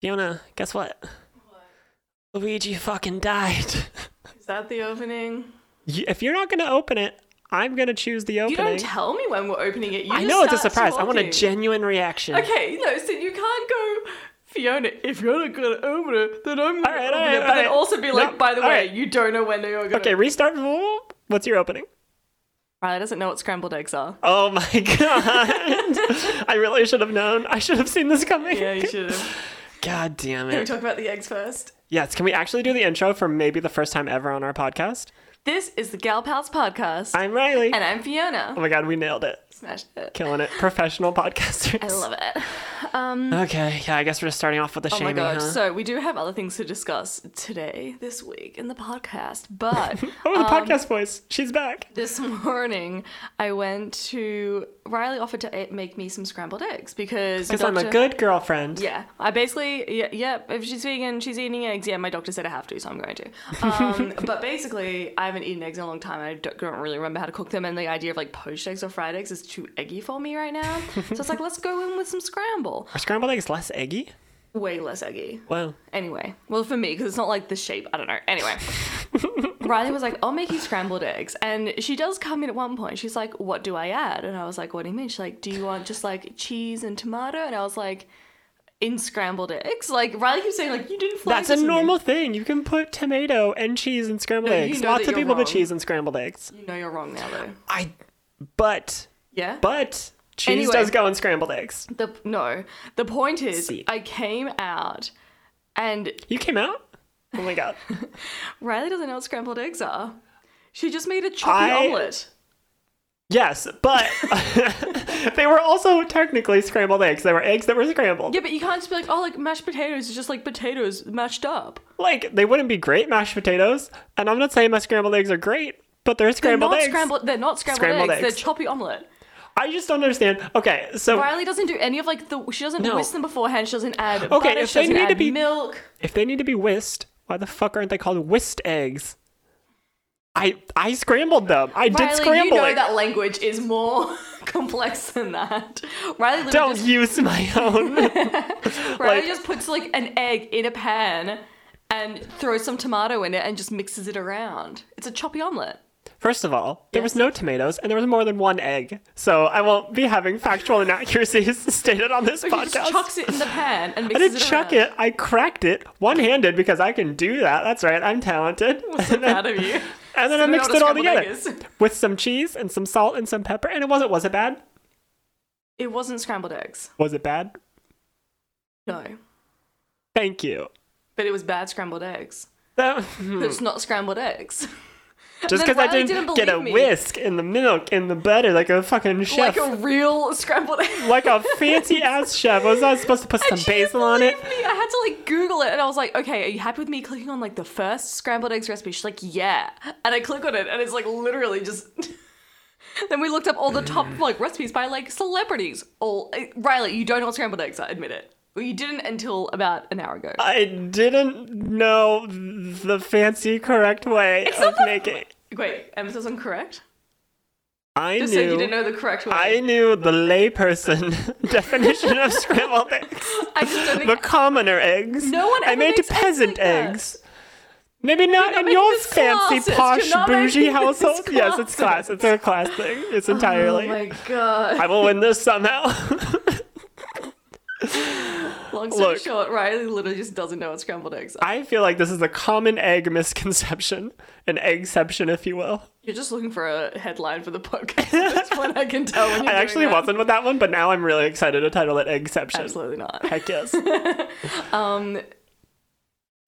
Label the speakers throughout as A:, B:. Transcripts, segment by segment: A: Fiona, guess what? Luigi fucking died.
B: Is that the opening?
A: You- if you're not gonna open it, I'm gonna choose the
B: You
A: opening.
B: don't tell me when we're opening it. You
A: I
B: just
A: know it's a
B: start
A: surprise. I want a
B: talking.
A: genuine reaction.
B: Okay, no, so you can't go, Fiona, if you're not going to open it, then I'm going
A: All right,
B: to
A: all
B: open
A: right,
B: it. But
A: all
B: then
A: right.
B: also be like,
A: No,
B: by the way,
A: all right.
B: you don't know when you're going to.
A: Okay, restart. What's your opening?
B: Riley doesn't know what scrambled eggs are.
A: Oh my god! I really should have known. I should have seen this coming.
B: Yeah, you should have.
A: God damn
B: Can we
A: it!
B: talk about the eggs first?
A: Yes, can we actually do the intro for maybe the first time ever on our podcast?
B: This is the Gal Pals podcast,
A: I'm Riley.
B: and I'm Fiona.
A: oh my god, we nailed it!
B: Smashed it.
A: Killing it, professional podcasters.
B: I love it.
A: Okay, yeah, I guess we're just starting off with the
B: Oh my
A: shaming.
B: gosh.
A: huh?
B: So, we do have other things to discuss today, this week, in the podcast, but.
A: oh, the
B: um,
A: podcast voice. She's back.
B: this morning I went to Riley offered to e- make me some scrambled eggs because
A: Because
B: my
A: I'm a
B: doctor-
A: good girlfriend.
B: yeah I basically yeah, yeah if she's vegan she's eating eggs yeah my doctor said I have to so I'm going to um, but basically I haven't eaten eggs in a long time I don't, don't really remember how to cook them and the idea of like poached eggs or fried eggs is too eggy for me right now so it's like let's go in with some scramble
A: Are scrambled eggs less eggy?
B: way less eggy
A: Well,
B: Anyway, well, for me, because it's not like the shape. I don't know. Anyway, Riley was like, I'll make you scrambled eggs. And she does come in at one point. She's like, What do I add? And I was like, What do you mean? She's like, Do you want just like cheese and tomato? And I was like, In scrambled eggs? Like, Riley keeps saying, like, You didn't fly
A: that's a normal thing. You can put tomato and cheese and scrambled
B: No, you
A: eggs.
B: know
A: Lots
B: that
A: of
B: you're
A: people put
B: wrong.
A: cheese and scrambled eggs.
B: You know, you're wrong now, though.
A: I, but,
B: Yeah?
A: but cheese
B: Anyway.
A: does go in scrambled eggs.
B: the No. The point is,
A: See.
B: I came out and
A: You came out. Oh my god.
B: Riley doesn't know what scrambled eggs are. She just made a choppy
A: I-
B: omelette.
A: yes, but they were also technically scrambled eggs. They were eggs that were scrambled.
B: Yeah, but you can't just be like, oh, like mashed potatoes is just like potatoes mashed up.
A: Like they wouldn't be great mashed potatoes. And I'm not saying my scrambled eggs are great, but they're
B: They're
A: scrambled
B: not
A: eggs.
B: scrambled. They're not scrambled,
A: Scrambled
B: eggs.
A: eggs.
B: They're choppy omelet.
A: I just don't understand. Okay, so
B: Riley doesn't do any of like the. She doesn't
A: No.
B: whisk them beforehand. She doesn't add. Okay,
A: Okay,
B: butter,
A: if
B: she
A: they
B: doesn't
A: need to
B: add
A: be-
B: milk.
A: If they need to be whisked, why the fuck aren't they called whisked eggs? I I scrambled them. I did
B: Riley,
A: scramble
B: you know
A: eggs.
B: that language is more complex than that. Riley literally
A: Don't
B: just,
A: use my own.
B: Riley
A: like-
B: just puts like an egg in a pan and throws some tomato in it and just mixes it around. It's a choppy omelet.
A: First of all, there was
B: Yes.
A: no tomatoes and there was more than one egg. So I won't be having factual inaccuracies stated on this
B: She
A: podcast.
B: just chucks it in the pan and
A: I
B: mixes
A: didn't
B: it
A: chuck
B: around.
A: it. I cracked it one-handed because I can do that. That's right. I'm talented.
B: So proud of you.
A: And then I
B: Cinnamon
A: mixed
B: on a
A: it all
B: scrambled
A: together
B: egg is-
A: with some cheese and some salt and some pepper. And it wasn't. Was it bad?
B: It wasn't scrambled eggs.
A: Was it bad?
B: No,
A: Thank you.
B: but it was bad scrambled eggs.
A: That,
B: But it's not scrambled eggs.
A: Just
B: Then
A: because I
B: Riley
A: didn't,
B: didn't
A: get a
B: believe me.
A: whisk in the milk in the butter like a fucking chef,
B: Like a real scrambled egg.
A: like a, fancy ass chef. Was I supposed to put some
B: And she didn't
A: basil on it?
B: believe me. I had to like Google it, and I was like, "Okay, are you happy with me clicking on like the first scrambled eggs recipe?" She's like, "Yeah," and I click on it, and it's like literally just. then we looked up all the top like recipes by like celebrities. All eh, Riley, you don't know what scrambled eggs are. Admit it. Well, you didn't until about an hour ago.
A: I didn't know the fancy correct way of making.
B: Wait, emphasis on correct.
A: I
B: Just
A: knew.
B: so you didn't know the correct way.
A: I knew the layperson definition of scrambled eggs,
B: I just don't think
A: the commoner eggs.
B: No one
A: I
B: ever
A: made
B: makes
A: to
B: eggs
A: peasant
B: like that.
A: eggs. Maybe not
B: not
A: in
B: making
A: your
B: this
A: fancy,
B: class, it's-
A: posh,
B: you're not
A: bougie
B: making this
A: household. Yes,
B: class.
A: it's class. It's a class thing. It's entirely.
B: Oh my god.
A: I will win this somehow.
B: Long story
A: Look.
B: short, Riley literally just doesn't know what scrambled eggs are.
A: I feel like this is a common egg misconception, an eggception, if you will.
B: You're just looking for a headline for the podcast. That's what I can tell when you're
A: I
B: doing
A: actually
B: that.
A: wasn't with that one, but now I'm really excited to title it eggception.
B: Absolutely not.
A: Heck yes.
B: Um.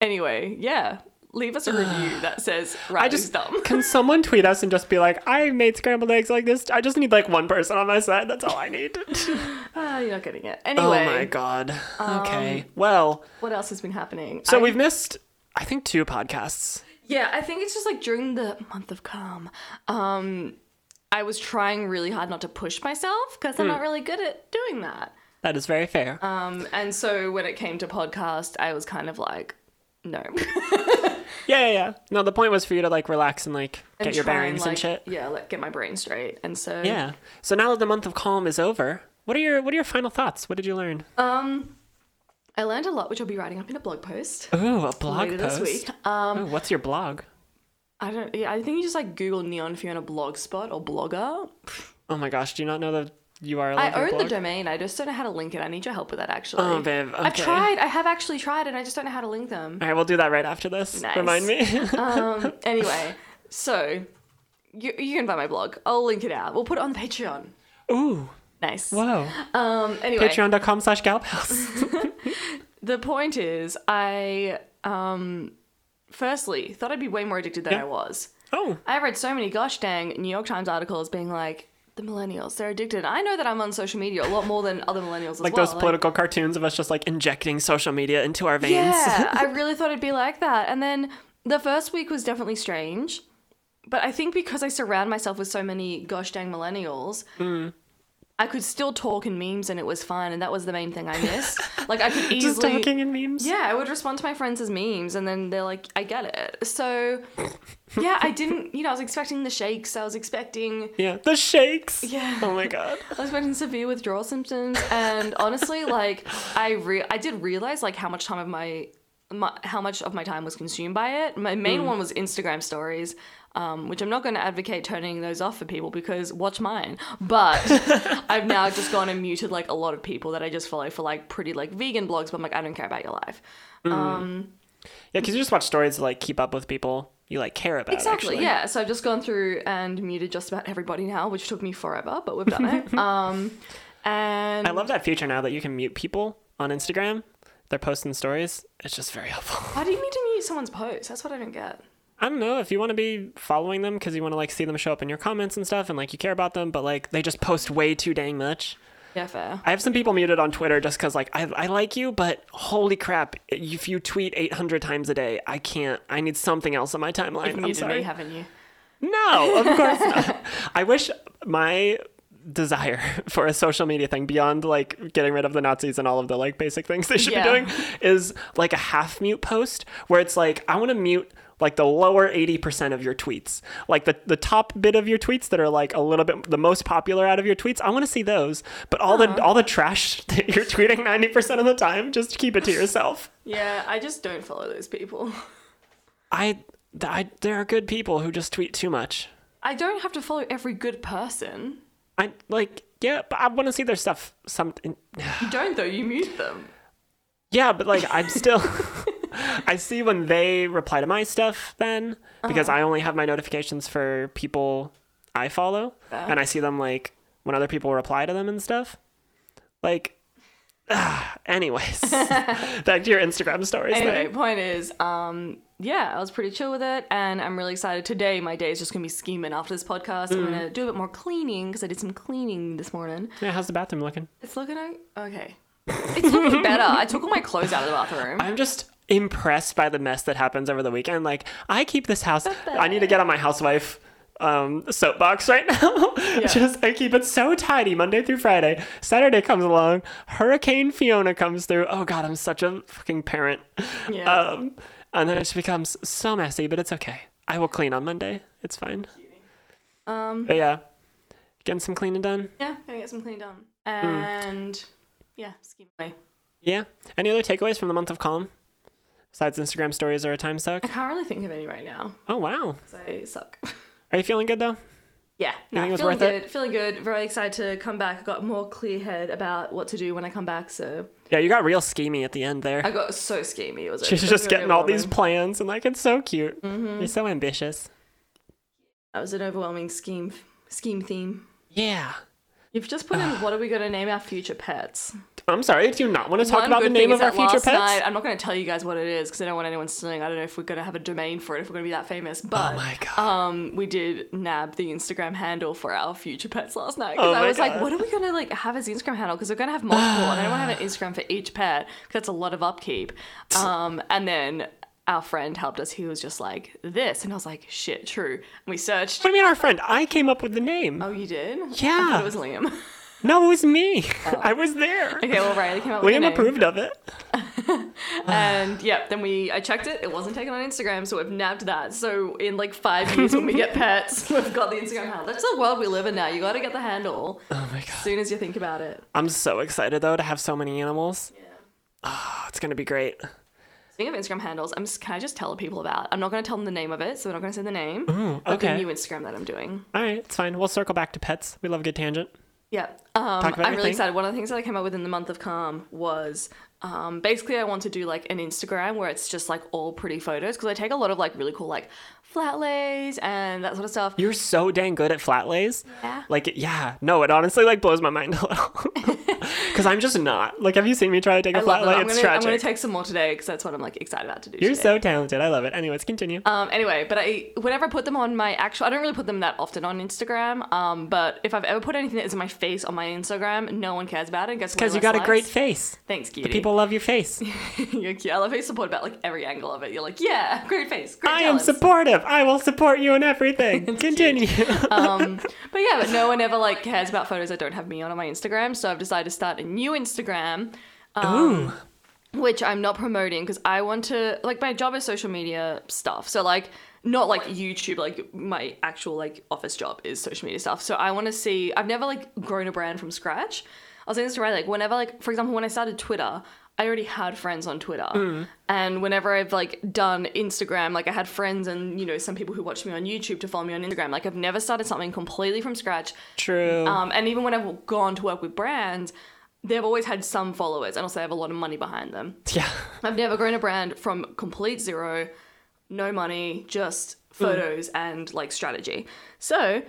B: Anyway, yeah. Leave us a review that says Riley's
A: I just
B: dumb.
A: can someone tweet us and just be like, I made scrambled eggs like this. I just need like one person on my side. That's all I need.
B: Ah, you're not getting it.
A: oh
B: Anyway,
A: my god. okay. Well,
B: what else has been happening?
A: so
B: Um, I-
A: we've missed, I think, two podcasts.
B: Yeah, I think it's just like during the month of calm. Um, I was trying really hard not to push myself because
A: Hmm.
B: I'm not really good at doing that.
A: That is very fair.
B: Um, and so when it came to podcast, I was kind of like, no.
A: yeah, yeah, yeah. No, the point was for you to like relax and like
B: And
A: get your
B: try
A: bearings and
B: like,
A: shit.
B: Yeah, like get my brain straight. And so
A: Yeah. So now that the month of calm is over, what are your what are your final thoughts? What did you learn?
B: um I learned a lot, which I'll be writing up in a blog post
A: Ooh, a blog
B: later
A: post.
B: this week. Um,
A: Ooh, what's your blog?
B: I don't. yeah, I think you just like Google Neon Fiona Blogspot or Blogger.
A: Oh my gosh, do you not know the URL?
B: I
A: of your
B: own the
A: blog?
B: domain. I just don't know how to link it. I need your help with that, actually.
A: Oh, babe. Okay.
B: I've tried. I have actually tried, and I just don't know how to link them.
A: All right, we'll do that right after this.
B: Nice.
A: Remind me.
B: Um. anyway, so you you can buy my blog. I'll link it out. We'll put it on the Patreon.
A: Ooh,
B: Nice.
A: whoa.
B: Um. Anyway,
A: Patreon.com slash galpals.
B: the point is, I um, firstly thought I'd be way more addicted than
A: Yeah.
B: I was.
A: Oh,
B: I read so many gosh dang New York Times articles being like, the millennials, they're addicted. I know that I'm on social media a lot more than other millennials as
A: like
B: well.
A: those political cartoons of us just like injecting social media into our veins.
B: Yeah, I really thought it'd be like that. And then the first week was definitely strange. But I think because I surround myself with so many gosh dang millennials,
A: Hmm.
B: I could still talk in memes and it was fine. And that was the main thing I missed. like, I could easily.
A: just talking in memes.
B: Yeah, I would respond to my friends as memes, and then they're like, "I get it." So, yeah, I didn't. You know, I was expecting the shakes. I was expecting,
A: Yeah. The shakes.
B: Yeah.
A: Oh my god.
B: I was expecting severe withdrawal symptoms. And honestly, like, I re- I did realize like how much time of my, my how much of my time was consumed by it. My
A: Mm.
B: main one was Instagram stories. Um, which I'm not going to advocate turning those off for people because watch mine. But I've now just gone and muted like a lot of people that I just follow for like pretty like vegan blogs. But I'm like, I don't care about your life.
A: Yeah, because you just watch stories to like keep up with people you like care about.
B: Exactly.
A: actually.
B: Yeah. So I've just gone through and muted just about everybody now, which took me forever, but we've done it. um, and
A: I love that feature now that you can mute people on Instagram. They're posting stories. It's just very helpful.
B: Why do you need to mute someone's post? That's what I don't get.
A: I don't know if you want to be following them because you want to like see them show up in your comments and stuff, and like you care about them, but like they just post way too dang much.
B: Yeah, fair.
A: I have some people muted on Twitter just because, like, I, I like you, but holy crap, if you tweet 800 times a day, I can't. I need something else on my timeline.
B: You've
A: I'm
B: muted
A: sorry.
B: me, haven't you?
A: no, of course not. I wish my desire for a social media thing beyond like getting rid of the Nazis and all of the like basic things they should
B: Yeah.
A: be doing is like a half mute post where it's like I want to mute like the lower 80% of your tweets. Like the the top bit of your tweets that are like a little bit the most popular out of your tweets, I want to see those, but all the all the trash that you're tweeting 90% of the time, just keep it to yourself.
B: Yeah, I just don't follow those people.
A: I, th- I there are good people who just tweet too much.
B: I don't have to follow every good person.
A: I like yeah, but I want to see their stuff. Some
B: You don't though. You mute them.
A: yeah, but like I'm still. I see when they reply to my stuff then because I only have my notifications for people I follow,
B: Fair.
A: and I see them like when other people reply to them and stuff. Like, ah, anyways, back to your Instagram stories.
B: Anyway,
A: thing.
B: point is, um, yeah, I was pretty chill with it, and I'm really excited. Today, my day is just gonna be scheming after this podcast. I'm gonna do a bit more cleaning because I did some cleaning this morning.
A: Yeah, how's the bathroom looking?
B: It's looking o- okay. It's looking better. I took all my clothes out of the bathroom.
A: I'm just impressed by the mess that happens over the weekend. Like, I keep this house. I need to get on my housewife um, soapbox right now. just I keep it so tidy Monday through Friday. Saturday comes along, Hurricane Fiona comes through. Oh God, I'm such a fucking parent.
B: Yeah.
A: Um, and then it just becomes so messy, but it's okay. I will clean on Monday. It's fine. Um. But yeah, getting some cleaning done.
B: yeah, gonna get some cleaned up. And yeah, scheme away.
A: Yeah. Any other takeaways from the month of calm? Besides Instagram stories are a time suck.
B: I can't really think of any right now
A: Oh wow.
B: 'cause I suck.
A: Are you feeling good though?
B: Yeah, no,
A: think it was
B: feeling
A: worth
B: good.
A: it?
B: Feeling good. Very excited to come back. I got more clear head about what to do when I come back. So
A: Yeah, you got real schemey at the end there.
B: I got so schemey. It was
A: She's
B: it was
A: just
B: very
A: getting all these
B: overwhelming.
A: plans, and like it's so cute.
B: Mm-hmm.
A: You're so ambitious.
B: That was an overwhelming scheme scheme theme.
A: Yeah.
B: You've just put in what are we going to name our future pets?
A: I'm sorry. Do you not want to talk
B: One
A: about the
B: good thing
A: name
B: is
A: of our
B: that
A: future
B: last
A: pets?
B: night- I'm not going to tell you guys what it is because I don't want anyone stealing. I don't know if we're going to have a domain for it, if we're going to be that famous. But
A: Oh my god.
B: um, we did nab the Instagram handle for our future pets last night because
A: Oh
B: I
A: my
B: was like,
A: God.
B: what are we gonna like have as Instagram handle? Because we're gonna have multiple, and I don't want to have an Instagram for each pet because that's a lot of upkeep. Um, and then our friend helped us. He was just like this, and I was like, shit, true. And we searched.
A: what do you mean, our friend? I came up with the name.
B: Oh, you did? I
A: Yeah.
B: thought it was Liam.
A: no, it was me.
B: Oh.
A: I was there.
B: okay, well Riley came up with the
A: Liam
B: name.
A: approved of it.
B: And yeah, then we I checked it. It wasn't taken on Instagram, so we've nabbed that. So in like five years when we get pets, we've got the Instagram handle. That's the world we live in now. You got to get the handle
A: Oh my
B: as
A: god.
B: soon as you think about it.
A: I'm so excited though to have so many animals.
B: Yeah.
A: Oh, it's gonna be great.
B: Speaking of Instagram handles, I'm just, can I just tell people about? I'm not going to tell them the name of it, so we're not going to say the name. But the
A: okay.
B: new Instagram that I'm doing.
A: All right, it's fine. We'll circle back to pets. We love a good tangent.
B: Yeah. Um,
A: Talk about your
B: I'm really
A: thing.
B: excited. One of the things that I came up with in the month of calm was um, basically I want to do like an Instagram where it's just like all pretty photos because I take a lot of like really cool like flat lays and that sort of stuff.
A: You're so dang good at flat lays.
B: Yeah.
A: Like, yeah, no, it honestly like blows my mind a little. Because I'm just not. Like, have you seen me try to take a
B: I love
A: flat
B: them.
A: lay?
B: I'm
A: It's
B: gonna, I'm
A: tragic.
B: gonna take some more today because that's what I'm like excited about to do.
A: You're
B: today.
A: so talented. I love it. Anyways, continue.
B: Um, anyway, but I whenever I put them on my actual, I don't really put them that often on Instagram. Um, but if I've ever put anything that is in my face on my Instagram, no one cares about it. Guess
A: Because you got a great face.
B: Thanks, cutie.
A: People love your face.
B: You're cute. I love how you support about like every angle of it. You're like, yeah, great face, great
A: I am
B: talents.
A: supportive. I will support you in everything. Continue.
B: But yeah, but no one ever like cares about photos I don't have me on on my Instagram. So I've decided to start a new Instagram,
A: Ooh.
B: which I'm not promoting because I want to like my job is social media stuff. So like not like YouTube, like my actual like office job is social media stuff. So I want to see. I've never like grown a brand from scratch. I was saying this to Riley, like whenever like for example when I started Twitter. I already had friends on Twitter. And whenever I've like done Instagram, like I had friends and, you know, some people who watch me on YouTube to follow me on Instagram. Like I've never started something completely from scratch.
A: True.
B: Um, and even when I've gone to work with brands, they've always had some followers and also they have a lot of money behind them.
A: yeah.
B: I've never grown a brand from complete zero, no money, just photos and like strategy. So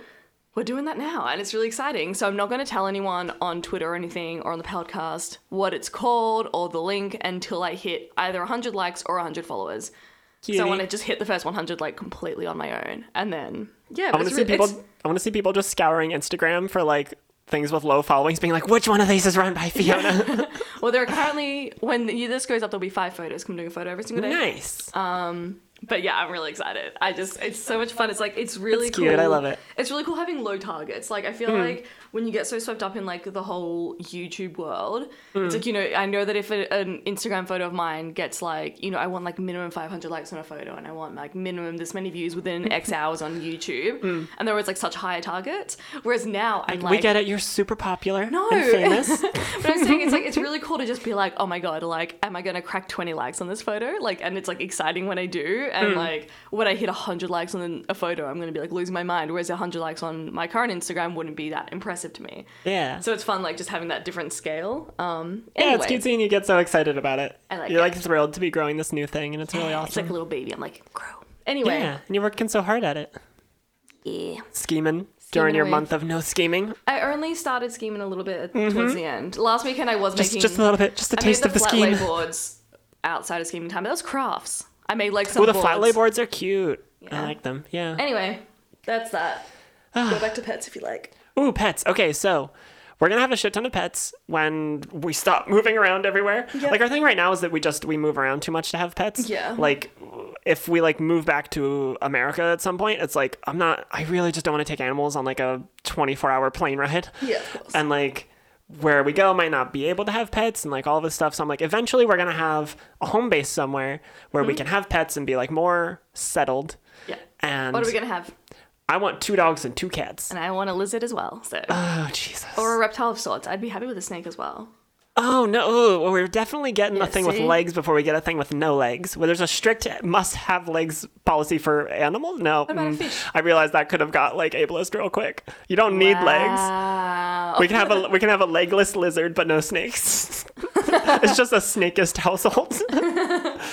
B: we're doing that now and it's really exciting. So I'm not going to tell anyone on Twitter or anything or on the podcast what it's called or the link until I hit either 100 likes or 100 followers. So I
A: Cutie.
B: want to just hit the first 100 like completely on my own and then yeah,
A: I
B: but
A: want
B: it's
A: to see
B: re- it's-
A: people. I want to see people just scouring Instagram for like things with low followings, being like, "Which one of these is run by Fiona?"
B: Well, there are currently when you, this goes up, there'll be five photos. 'cause I'm doing a photo every single day.
A: nice.
B: But yeah, I'm really excited. I just it's so much fun. It's like it's really
A: It's cute.
B: cool.
A: I love it. Hmm.
B: It's really cool having low targets. Like I feel like when you get so swept up in like the whole YouTube world,
A: Hmm.
B: it's like you know I know that if a, an Instagram photo of mine gets like you know I want like minimum 500 likes on a photo and I want like minimum this many views within X hours on YouTube, and there was like such higher targets. Whereas now I'm like
A: Hmm. we get it. You're super popular
B: No.
A: and famous.
B: But I'm saying it's like it's really cool to just be like, oh my god, like, am I gonna crack 20 likes on this photo? Like, and it's like exciting when I do, and
A: Hmm.
B: like when I hit 100 likes on a photo, I'm gonna be like losing my mind. Whereas 100 likes on my current Instagram wouldn't be that impressive to me.
A: yeah.
B: So it's fun, like just having that different scale. Um,
A: yeah,
B: anyway,
A: it's cute seeing you get so excited about it.
B: I like
A: You're
B: it.
A: like thrilled to be growing this new thing, and it's really
B: It's like
A: awesome.
B: a little baby. I'm like, grow. Anyway,
A: yeah, and you're working so hard at it,
B: yeah.
A: scheming, during your
B: away.
A: month of no scheming.
B: I only started scheming a little bit at- towards the end. Last weekend, I was
A: Mm-hmm. Just,
B: making
A: just a little bit, just a
B: I
A: taste
B: made
A: of the
B: flat lay
A: scheme.
B: boards outside of scheming time. But that was crafts. I made like some.
A: Oh, the flat lay
B: boards.
A: boards are cute. I
B: Yeah.
A: like them. Yeah.
B: Anyway, that's that.
A: Ah.
B: Go back to pets if you like.
A: Ooh, pets. Okay, so we're gonna have a shit ton of pets when we stop moving around everywhere. Like our thing right now is that we just we move around too much to have pets.
B: Yeah.
A: Like if we like move back to America at some point, it's like I'm not. I really just don't want to take animals on like a 24 hour plane ride.
B: Yeah, of course.
A: And like where we go might not be able to have pets and like all this stuff. So I'm like, eventually we're gonna have a home base somewhere where we can have pets and be like more settled.
B: Yeah.
A: And
B: Mm-hmm. What are we gonna have?
A: I want two dogs and two cats.
B: And I want a lizard as well. So
A: Oh Jesus.
B: or a reptile of sorts. I'd be happy with a snake as well.
A: Oh no! Ooh, well, we're definitely getting a
B: Yeah,
A: thing with
B: see?
A: legs before we get a thing with no legs. Well, there's a strict must-have legs policy for animals. No,
B: about a
A: mm,
B: fish?
A: I realized that could have got like ableist real quick. You don't need legs.
B: Wow.
A: We can have a we can have a legless lizard, but no snakes. it's just a snakeist household.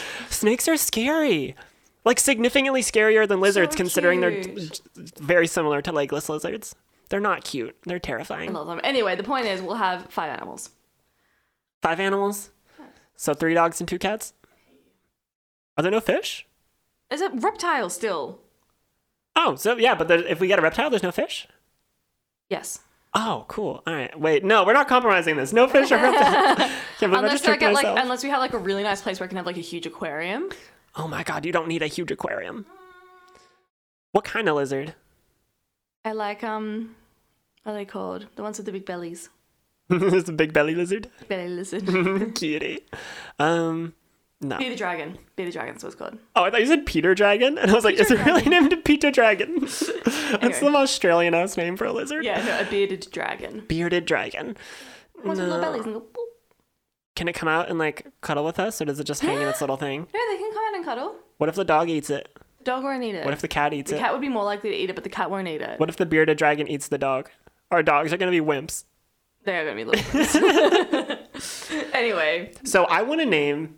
A: snakes are scary, like significantly scarier than lizards, considering
B: cute.
A: they're very similar to legless lizards. They're not cute. They're terrifying.
B: I love them. Anyway, the point is we'll have five animals.
A: Five animals. So three dogs and two cats. Are there no fish?
B: Is it reptile still?
A: Oh, so yeah, but there, if we get a reptile, there's no fish.
B: Yes.
A: Oh, cool. All right, wait, no, we're not compromising this. No fish or reptile. Can't believe I just
B: Unless I
A: tricked
B: get like
A: myself.
B: unless we have like a really nice place where I can have like a huge aquarium.
A: oh my god, you don't need a huge aquarium. What kind of lizard?
B: I like um what are they called? The ones with the big bellies.
A: it's a big belly lizard.
B: Belly lizard.
A: Mm-hmm. Cutie. Um, no.
B: Be the dragon. Be the dragon's what it's called.
A: Oh, I thought you said Peter Dragon, and I was like, is it really named Peter Dragon? That's the
B: Anyway.
A: most Australian ass name for a lizard.
B: Yeah, no, a bearded dragon.
A: Bearded dragon.
B: Ones with little bellies and go boop.
A: Can it come out and like cuddle with us, or does it just hang in its little thing?
B: No, they can come out and cuddle.
A: What if the dog eats it?
B: The dog won't eat it.
A: What if the cat eats
B: the
A: it?
B: cat would be more likely to eat it, but the cat won't eat it.
A: What if the bearded dragon eats the dog? Our dogs are gonna be wimps.
B: They are gonna be little. ones. anyway,
A: So I want to name.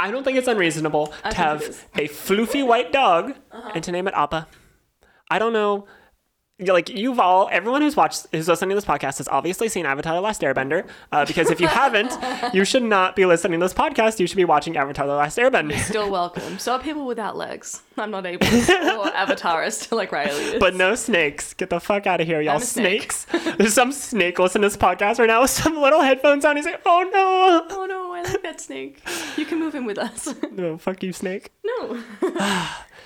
A: I don't think it's unreasonable to
B: think
A: have
B: it is. Uh-huh.
A: a floofy white dog and to name it Appa. I don't know. yeah, Like you've all, everyone who's watched, who's listening to this podcast has obviously seen Avatar: The Last Airbender. Uh, because if you haven't, you should not be listening to this podcast. You should be watching Avatar: The Last Airbender.
B: still welcome. So are people without legs. I'm not able. or avatarists like Riley. Is.
A: But no snakes. Get the fuck out of here, y'all.
B: I'm a snake.
A: Snakes. There's some snake listening to this podcast right now with some little headphones on. He's like, oh
B: oh no, I like that snake. You can move in with us.
A: no. No, fuck you, snake.
B: no.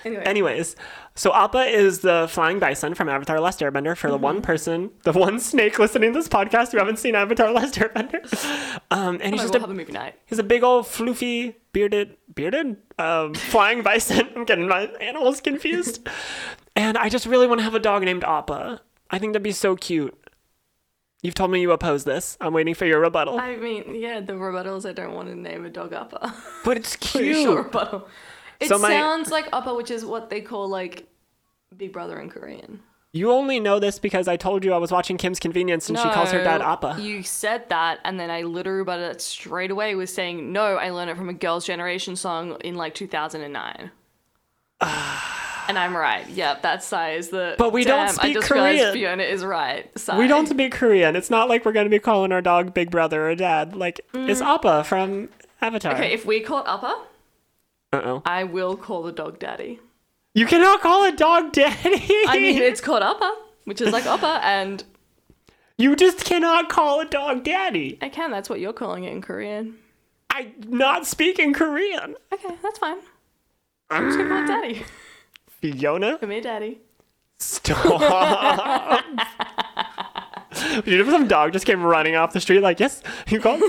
B: anyway,
A: Anyways, so Appa is the flying bison from Avatar: Last Airbender. For the
B: Mm-hmm.
A: one person, the one snake listening to this podcast who haven't seen Avatar: Last Airbender, um, and he's
B: we'll
A: just
B: have a
A: a,
B: movie night.
A: he's a big old floofy bearded bearded um, flying bison. I'm getting my animals confused, and I just really want to have a dog named Appa. I think that'd be so cute. You've told me you oppose this. I'm waiting for your rebuttal,
B: I mean, yeah, the rebuttals. I don't want to name a dog upper.
A: but it's
B: Pretty
A: cute.
B: sure rebuttal. It
A: So my-
B: sounds like upper, which is what they call like Big Brother in Korean.
A: You only know this because I told you I was watching Kim's Convenience and she calls her dad
B: No,
A: Appa.
B: You said that, and then I literally but it straight away was saying, "No, I learned it from a Girls' Generation song in like 2009." and I'm right. Yep, that Sai is the.
A: But we don't
B: Damn, I
A: speak
B: just
A: Korean.
B: realized Fiona is right. Sai.
A: We don't speak Korean. It's not like we're going to be calling our dog Big Brother or Dad. Like, it's Appa from Avatar.
B: Mm. Okay, if we call it Upper,
A: Uh oh.
B: I will call the dog Daddy.
A: You cannot call a dog daddy.
B: I mean, it's called Upper, which is like Upper, and
A: you just cannot call a dog daddy.
B: I can. That's what you're calling it in Korean.
A: I not speaking Korean.
B: Okay, that's fine. I'm just gonna call it Daddy.
A: Fiona,
B: Come here, Daddy.
A: stop. Dude, if some dog just came running off the street, like, yes, you called.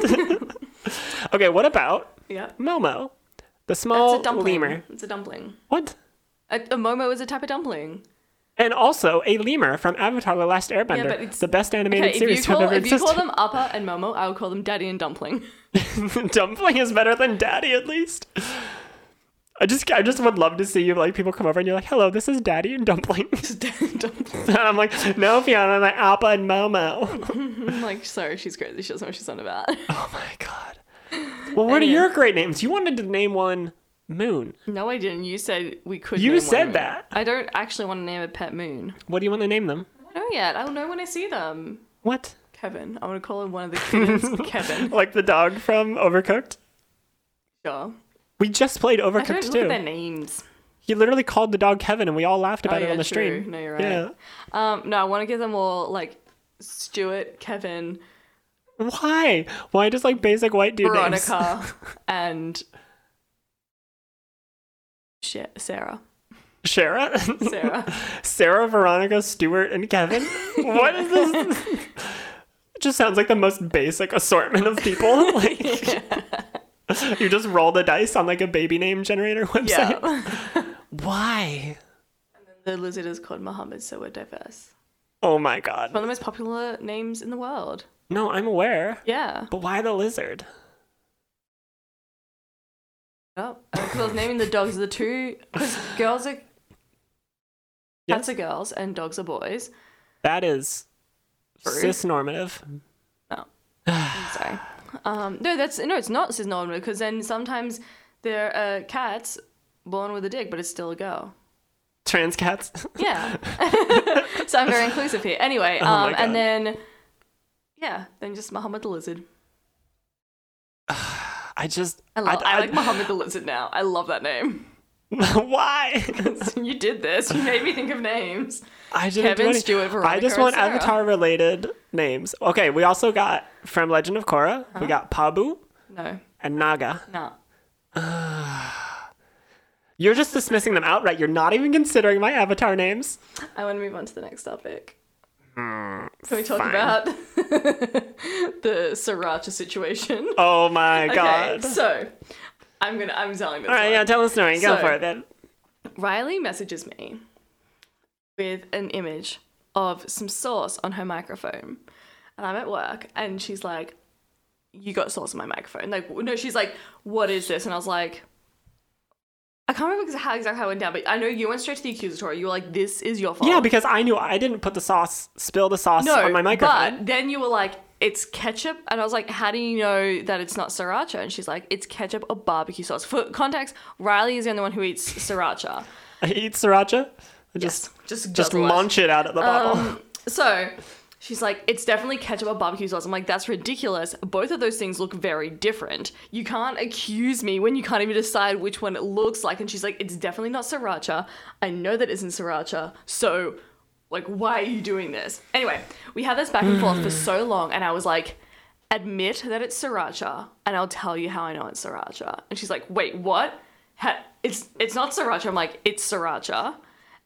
A: okay, what about
B: Yeah.
A: Momo, the
B: It's
A: small
B: a dumpling.
A: lemur?
B: It's a dumpling.
A: What?
B: A, a momo is a type of dumpling.
A: And also a lemur from Avatar: The Last Airbender,
B: but it's-
A: the best animated
B: Okay, if
A: series
B: you
A: to have
B: call,
A: ever
B: if you
A: existed.
B: call them Appa and Momo, I will call them Daddy and Dumpling.
A: Dumpling is better than Daddy, at least. I just, I just would love to see you like people come over and you're like, "Hello, this is Daddy and Dumpling,"
B: Dumpling.
A: and I'm like, "No, Fiona, I'm like Appa and Momo."
B: I'm like, sorry, she's crazy. She doesn't know what she's on about.
A: oh my god. Well, what are
B: Anyway.
A: your great names? You wanted to name one Moon.
B: No, I didn't. You said we could.
A: You
B: name
A: said
B: one moon.
A: that.
B: I don't actually want to name a pet moon.
A: What do you want to name them?
B: I don't know yet. I'll know when I see them.
A: What?
B: Kevin. I want to call him one of the kids. Kevin.
A: Like the dog from Overcooked?
B: Sure.
A: We just played
B: I don't
A: Overcooked
B: look at their
A: too.
B: names.
A: He literally called the dog Kevin, and we all laughed about it
B: Oh, yeah,
A: on the
B: true.
A: stream.
B: No, you're right.
A: Yeah.
B: Um, no, I want to give them all like Stuart, Kevin,
A: Why? Why just like basic white dude names?
B: Veronica, and Sha- Sarah.
A: Shara?
B: Sarah.
A: Sarah, Veronica, Stewart, and Kevin? What is this? It just sounds like the most basic assortment of people. like, you just roll the dice on like a baby name generator website.
B: yeah.
A: Why?
B: the lizard is called Muhammad, so we're diverse.
A: Oh my god.
B: One of the most popular names in the world.
A: No, I'm aware.
B: Yeah.
A: But why the lizard?
B: Oh, because I was naming the dogs the two because girls are
A: Yes.
B: cats are girls and dogs are boys.
A: That is
B: Rude.
A: cis normative.
B: No, Oh, I'm sorry. Um, no, that's no, it's not cis normative because then sometimes there are cats born with a dick, but it's still a girl.
A: Trans cats.
B: Yeah. so I'm very inclusive here. Anyway,
A: Oh my
B: um,
A: God.
B: and then yeah, then just Muhammad the lizard.
A: I just.
B: I, love, I, like Muhammad the lizard now. I love that name.
A: why?
B: you did this. You made me think of names.
A: I didn't
B: Kevin,
A: do any-
B: Stewart,
A: I
B: Veronica,
A: just
B: or
A: want
B: Sarah.
A: Avatar related names. Okay, we also got from Legend of Korra,
B: Uh-huh.
A: we got Pabu
B: No,
A: and Naga.
B: no.
A: You're just dismissing them outright. You're not even considering my Avatar names.
B: I want to move on to the next topic. Can we talk
A: Hmm, fine.
B: about the sriracha situation?
A: Oh my
B: Okay,
A: god.
B: so I'm gonna I'm telling this.
A: All right,
B: one.
A: yeah, tell the story. Go
B: So-
A: for it then.
B: Riley messages me with an image of some sauce on her microphone. And I'm at work and she's like, you got sauce in my microphone. Like, no, she's like, what is this? And I was like, I can't remember exa- how exactly how it went down, but I know you went straight to the accusatory. You were like, this is your fault.
A: Yeah, because I knew I didn't put the sauce, spill the sauce
B: no,
A: on my microphone.
B: But then you were like, it's ketchup. And I was like, how do you know that it's not sriracha? And she's like, it's ketchup or barbecue sauce. For context, Riley is the only one who eats sriracha.
A: I eat sriracha. I just
B: Just,
A: just
B: guzzle it.
A: munch it out of the
B: Um,
A: bottle.
B: So she's like, it's definitely ketchup or barbecue sauce. I'm like, that's ridiculous. Both of those things look very different. You can't accuse me when you can't even decide which one it looks like. And she's like, it's definitely not sriracha. I know that isn't sriracha. So, like, why are you doing this? Anyway, we had this back and forth for so long, and I was like, admit that it's sriracha, and I'll tell you how I know it's sriracha. And she's like, wait, what? Ha- it's it's not sriracha. I'm like, it's sriracha.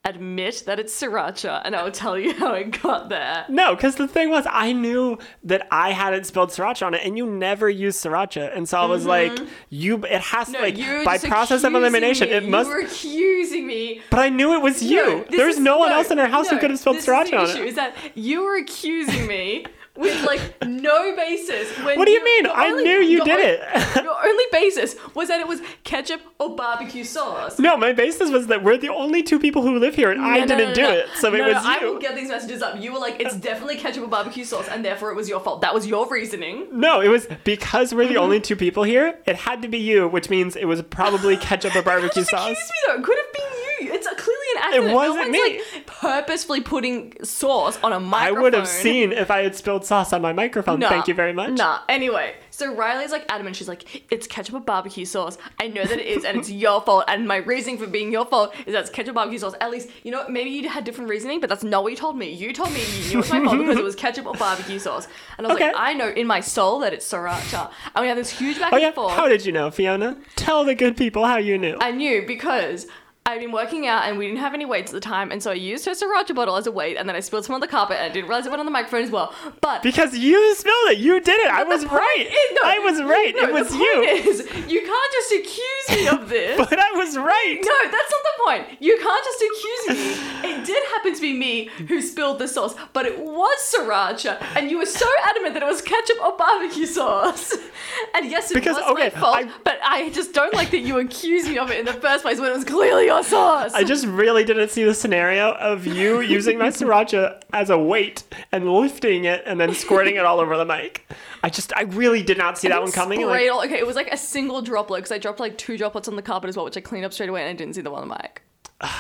B: Admit that it's sriracha, and I will tell you how it got there.
A: No, because the thing was, I knew that I hadn't spilled sriracha on it, and you never use sriracha, and so I was like, "You, it has
B: Mm-hmm. No,
A: like
B: you were
A: by
B: just
A: process of
B: accusing
A: elimination,
B: me.
A: it must."
B: You were accusing me.
A: But I knew it was you.
B: No, this
A: there was
B: is-
A: no one else in our house
B: no,
A: who could have spilled
B: this is the
A: sriracha on
B: issue,
A: it.
B: Is that you were accusing me with like no basis? When
A: What do you mean?
B: your
A: I
B: only-
A: knew you
B: your
A: did
B: on-
A: it.
B: Your only basis was that it was ketchup or barbecue sauce.
A: No, my basis was that we're the only two people who live here, and I
B: No, no,
A: didn't
B: no,
A: do
B: no.
A: it, so
B: No,
A: it
B: no,
A: was
B: I
A: you.
B: will get these messages up. You were like, it's definitely ketchup or barbecue sauce, and therefore it was your fault. That was your reasoning.
A: No, it was because we're the
B: Mm-hmm.
A: only two people here. It had to be you, which means it was probably ketchup or barbecue
B: Just accuse
A: sauce.
B: me though. It could have been you. It's a, clearly an accident.
A: wasn't
B: no one's,
A: me.
B: Like, purposefully putting sauce on a
A: I
B: microphone.
A: would have seen if I had spilled sauce on my microphone.
B: Nah,
A: Thank you very much.
B: Nah. Anyway, so Riley's like adamant. She's like, it's ketchup or barbecue sauce. I know that it is, and it's your fault. And my reasoning for being your fault is that it's ketchup barbecue sauce. At least, you know, what, maybe you had different reasoning, but that's not what you told me. You told me you knew it was my fault because it was ketchup or barbecue sauce. And I was
A: Okay.
B: like, I know in my soul that it's sriracha. And we have this huge back
A: Oh
B: and
A: yeah,
B: forth.
A: how did you know, Fiona? Tell the good people how you knew.
B: I knew because I'd been working out and we didn't have any weights at the time, and so I used her sriracha bottle as a weight, and then I spilled some on the carpet, and I didn't realize it went on the microphone as well. But
A: because you spilled it. You did it. I was
B: the point
A: right.
B: is- no,
A: I was right.
B: no,
A: it was
B: the
A: you.
B: point is, you can't just accuse me of this.
A: but I was right.
B: no, that's not the point. You can't just accuse me. It did happen to be me who spilled the sauce, but it was sriracha, and you were so adamant that it was ketchup or barbecue sauce. And yes, it
A: Because,
B: was
A: okay,
B: my fault,
A: I-
B: but I just don't like that you accused me of it in the first place when it was clearly your sauce.
A: I just really didn't see the scenario of you using my sriracha as a weight and lifting it and then squirting it all over the mic. I just, I really did not see that one coming.
B: Sprayed
A: Like,
B: all- okay, it was like a single droplet because I dropped like two droplets on the carpet as well, which I cleaned up straight away, and I didn't see the one on the mic.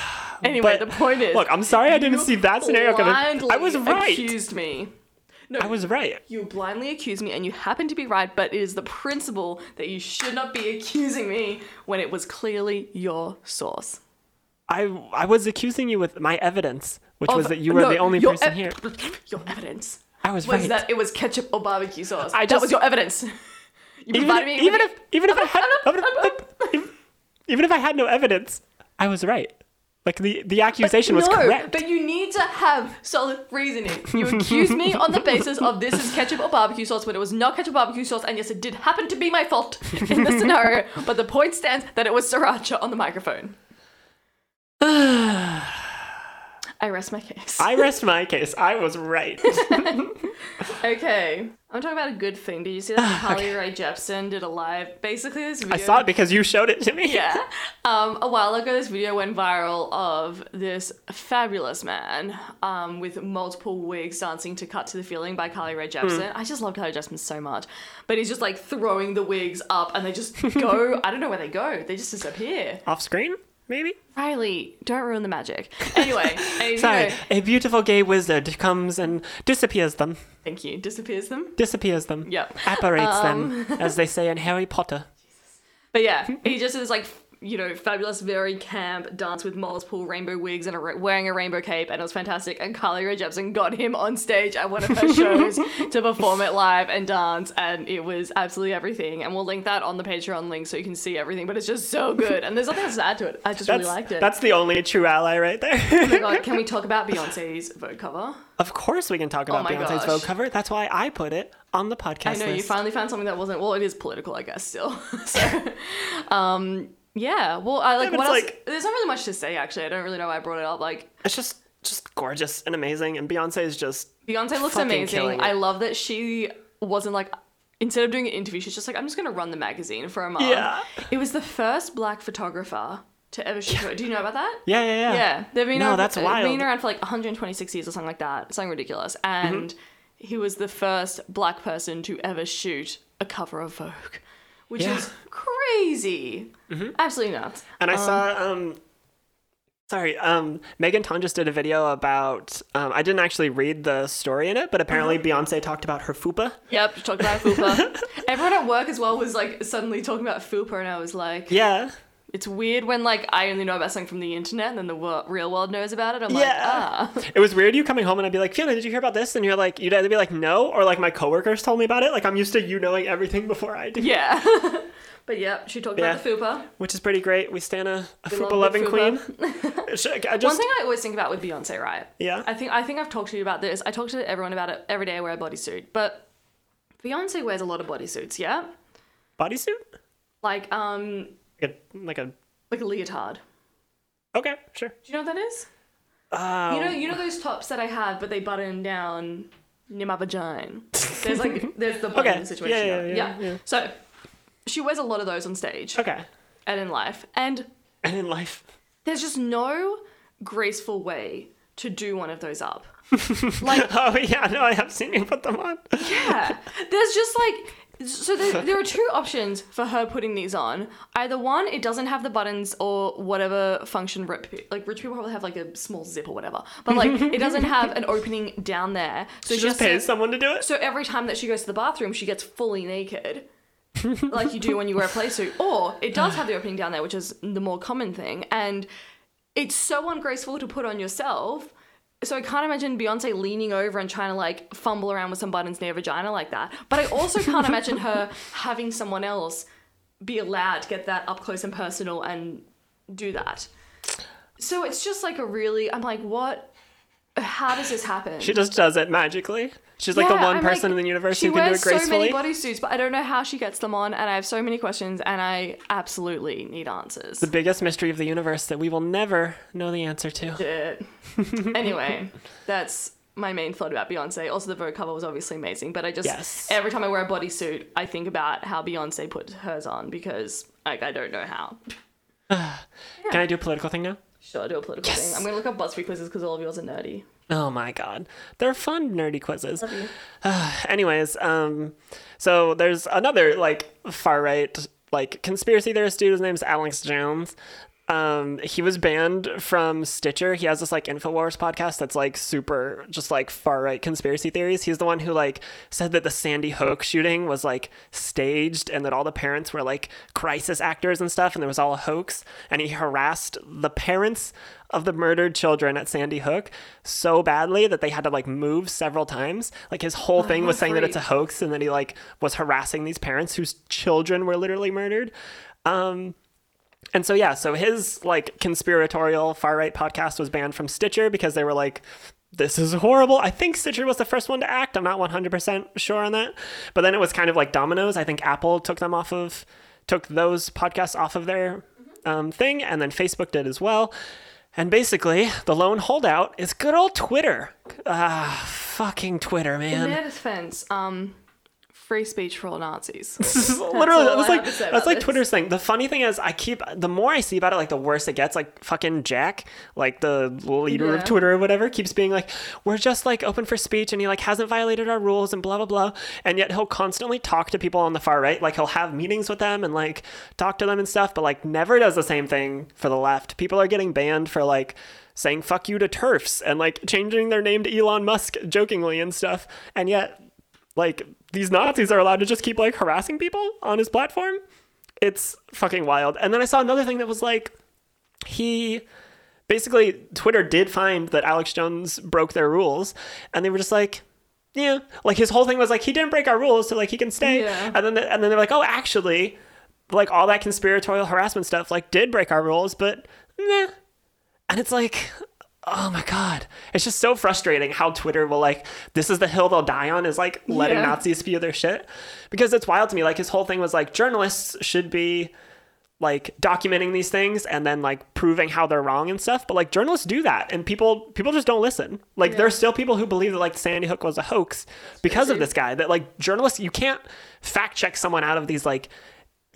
B: Anyway,
A: But,
B: the point is,
A: look, I'm sorry I didn't
B: you
A: see that scenario coming. I was
B: blindly
A: right.
B: Accused me. No,
A: I was right.
B: You blindly accused me, and you happen to be right. But it is the principle that you should not be accusing me when it was clearly your source.
A: I, I was accusing you with my evidence, which was
B: Of-
A: that you were
B: no,
A: the only
B: your
A: person
B: ev-
A: here.
B: Your evidence
A: I was,
B: was
A: right.
B: that it was ketchup or barbecue sauce.
A: I
B: that
A: just-
B: was your evidence. You
A: even
B: provided
A: if,
B: me
A: even
B: with-
A: if even if I had
B: up,
A: even
B: up, up.
A: if- even if I had no evidence, I was right. Like the the accusation was
B: no,
A: correct.
B: But you need to have solid reasoning. You accuse me on the basis of this is ketchup or barbecue sauce when it was not ketchup or barbecue sauce, and yes, it did happen to be my fault in this scenario, but the point stands that it was sriracha on the microphone. I rest my case.
A: I rest my case. I was right.
B: okay. I'm talking about a good thing. Did you see that Harley Ray Jepsen did a live? Basically, this video.
A: I saw it because you showed it to me.
B: yeah. Um, a while ago, this video went viral of this fabulous man um, with multiple wigs dancing to Cut to the Feeling by Carly Rae Jepsen. I just love Carly Jepsen so much. But he's just like throwing the wigs up and they just go. I don't know where they go. They just disappear.
A: Off screen, maybe.
B: Riley, don't ruin the magic. Anyway, and, you
A: Sorry.
B: know-
A: A beautiful gay wizard comes and disappears them.
B: thank you. Disappears them.
A: Disappears them.
B: Yep.
A: Apparates them,
B: Um.
A: as they say in Harry Potter.
B: But yeah, he just is like, you know, fabulous, very camp dance with multiple rainbow wigs and a ra- wearing a rainbow cape, and it was fantastic. And Carly Rae Jepsen got him on stage at one of her shows to perform it live and dance, and it was absolutely everything. And we'll link that on the Patreon link so you can see everything. But it's just so good, and there's nothing else to add to it. I just
A: That's,
B: really liked it.
A: that's the only true ally right
B: Oh my
A: there.
B: God, can we talk about Beyonce's Vogue cover?
A: of course, we can talk about
B: Oh my
A: Beyonce's
B: gosh.
A: Vogue cover. That's why I put it on the podcast.
B: I know
A: list.
B: you finally found something that wasn't. Well, it is political, I guess. Still, so, um, yeah. Well, I like
A: but
B: what
A: it's
B: else?
A: like-
B: There's not really much to say actually. I don't really know why I brought it up. Like,
A: it's just just gorgeous and amazing and beyonce is just
B: Beyonce looks
A: Fucking
B: amazing.
A: killing it.
B: I love that she wasn't like instead of doing an interview, she's just like, I'm just gonna run the magazine for a month.
A: Yeah.
B: It was the first black photographer to ever shoot. Do you know about that?
A: Yeah, yeah, yeah.
B: Yeah, they've been
A: No,
B: around,
A: that's
B: they've
A: wild. Mm-hmm.
B: been around for like 126 years or something like that, something ridiculous. And he was the first black person to ever shoot a cover of Vogue, which
A: Yeah. Mm-hmm.
B: is crazy, absolutely nuts.
A: And I saw um sorry, um Megan Ton just did a video about um I didn't actually read the story in it, but apparently Beyonce talked about her fupa.
B: Yep, she talked about fupa. Everyone at work as well was like suddenly talking about fupa, and I was like,
A: Yeah.
B: it's weird when like I only know about something from the internet, and then the wor- real world knows about it. I'm like,
A: Yeah.
B: ah.
A: It was weird you coming home and I'd be like, Fiona, did you hear about this? And you're like, you'd either be like, no, or like my coworkers told me about it. Like I'm used to you knowing everything before I do.
B: Yeah. but yeah, she talked about the
A: Yeah.
B: fupa.
A: Which is pretty great. We stand a, a
B: love
A: fupa
B: the
A: loving queen.
B: fupa.
A: Should- I
B: One
A: just
B: thing I always think about with Beyonce, right?
A: Yeah.
B: I think I think I've talked to you about this. I talk to everyone about it every day I wear a bodysuit. But Beyonce wears a lot of bodysuits, yeah?
A: bodysuit?
B: Like um
A: Like a, like a
B: like a leotard.
A: Okay, sure.
B: Do you know what that is?
A: Uh,
B: You know you know those tops that I have but they button down near my vagina. There's like there's the button
A: Okay.
B: situation.
A: Yeah,
B: of it.
A: yeah, yeah, yeah.
B: So she wears a lot of those on stage
A: okay.
B: and in life. And
A: And in life.
B: there's just no graceful way to do one of those up. like
A: Oh yeah, no, I have seen you put them on.
B: Yeah. There's just like so there, there are two options for her putting these on. Either one, it doesn't have the buttons or whatever function rip, like rich people probably have like a small zip or whatever. But like it doesn't have an opening down there. So
A: She just
B: has to-
A: pays someone to do it.
B: so every time that she goes to the bathroom, she gets fully naked, like you do when you wear a play suit. Or it does have the opening down there, which is the more common thing, and it's so ungraceful to put on yourself. So I can't imagine Beyonce leaning over and trying to like fumble around with some buttons near her vagina like that. But I also can't imagine her having someone else be allowed to get that up close and personal and do that. So it's just like a really I'm like what how does this happen?
A: She just does it magically. She's like the
B: Yeah,
A: one
B: I'm
A: person
B: like,
A: in the universe
B: she
A: who can do
B: wears
A: it gracefully.
B: So many bodysuits, but I don't know how she gets them on, and I have so many questions, and I absolutely need answers.
A: the biggest mystery of the universe that we will never know the answer to.
B: Shit. anyway, that's my main thought about Beyonce. Also, the Vogue cover was obviously amazing, but I just
A: Yes.
B: every time I wear a bodysuit, I think about how Beyonce put hers on because like I don't know how.
A: Can I do a political thing now?
B: Should I do a political thing? I'm gonna look up BuzzFeed quizzes because all of yours are nerdy.
A: Oh my god. They're fun nerdy quizzes. Anyways, um so there's another like far right like conspiracy theorist dude, his name's Alex Jones. Um, he was banned from Stitcher. He has this like Infowars podcast that's like super just like far right conspiracy theories. He's the one who like said that the Sandy Hook shooting was like staged and that all the parents were like crisis actors and stuff and there was all a hoax and he harassed the parents of the murdered children at Sandy Hook so badly that they had to like move several times. Like his whole thing was saying that it's a hoax and that he like was harassing these parents whose children were literally murdered. Um and so yeah, so his like conspiratorial far right podcast was banned from Stitcher because they were like this is horrible. I think Stitcher was the first one to act. I'm not 100% sure on that. But then it was kind of like dominoes. I think Apple took them off of took those podcasts off of their um, thing and then Facebook did as well. And basically, the lone holdout is good old Twitter. Ah, fucking Twitter,
B: In
A: man.
B: their defense, um, free speech for all Nazis.
A: This is literally
B: all
A: that's
B: I
A: like
B: have to say
A: that's
B: about
A: like
B: this.
A: Twitter's thing. The funny thing is, I keep the more I see about it, like the worse it gets. Like fucking Jack, like the leader
B: Yeah.
A: of Twitter or whatever, keeps being like, "We're just like open for speech," and he like hasn't violated our rules and blah blah blah. And yet he'll constantly talk to people on the far right. Like he'll have meetings with them and like talk to them and stuff, but like never does the same thing for the left. People are getting banned for like saying "fuck you" to turfs and like changing their name to Elon Musk jokingly and stuff. And yet like these Nazis are allowed to just keep like harassing people on his platform. It's fucking wild. And then I saw another thing that was like he basically Twitter did find that Alex Jones broke their rules and they were just like yeah, like his whole thing was like he didn't break our rules so like he can stay.
B: Yeah.
A: And then the, and then they're like oh actually like all that conspiratorial harassment stuff like did break our rules but nah. And it's like oh my god. It's just so frustrating how Twitter will like this is the hill they'll die on is like letting
B: Yeah.
A: Nazis spew their shit because it's wild to me like his whole thing was like journalists should be like documenting these things and then like proving how they're wrong and stuff but like journalists do that and people people just don't listen like there are still people who believe that like sandy hook was a hoax because of this guy that like journalists you can't fact check someone out of these like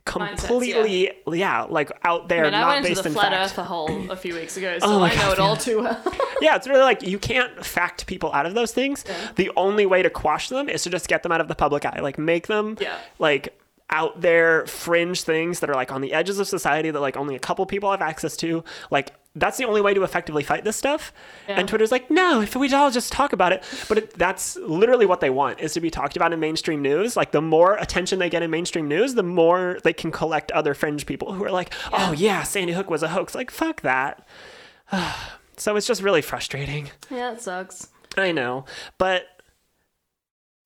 B: Mindsets, yeah.
A: completely yeah. like out there
C: And I
A: not
C: went into
A: based
C: the
A: in
C: flat
A: fact Oh
C: Earth hole a few weeks ago, so
A: my
C: I know
A: God,
C: it all too well.
A: yeah, it's really like you can't fact people out of those things. The only way to quash them is to just get them out of the public eye. Like make them
C: Yeah.
A: like out there fringe things that are like on the edges of society that like only a couple people have access to. Like that's the only way to effectively fight this stuff. And Twitter's like, no, if we all just talk about it. But it, that's literally what they want is to be talked about in mainstream news. Like the more attention they get in mainstream news, the more they can collect other fringe people who are like, oh yeah, Sandy Hook was a hoax. Like fuck that. So it's just really frustrating.
B: Yeah, it sucks.
A: I know, but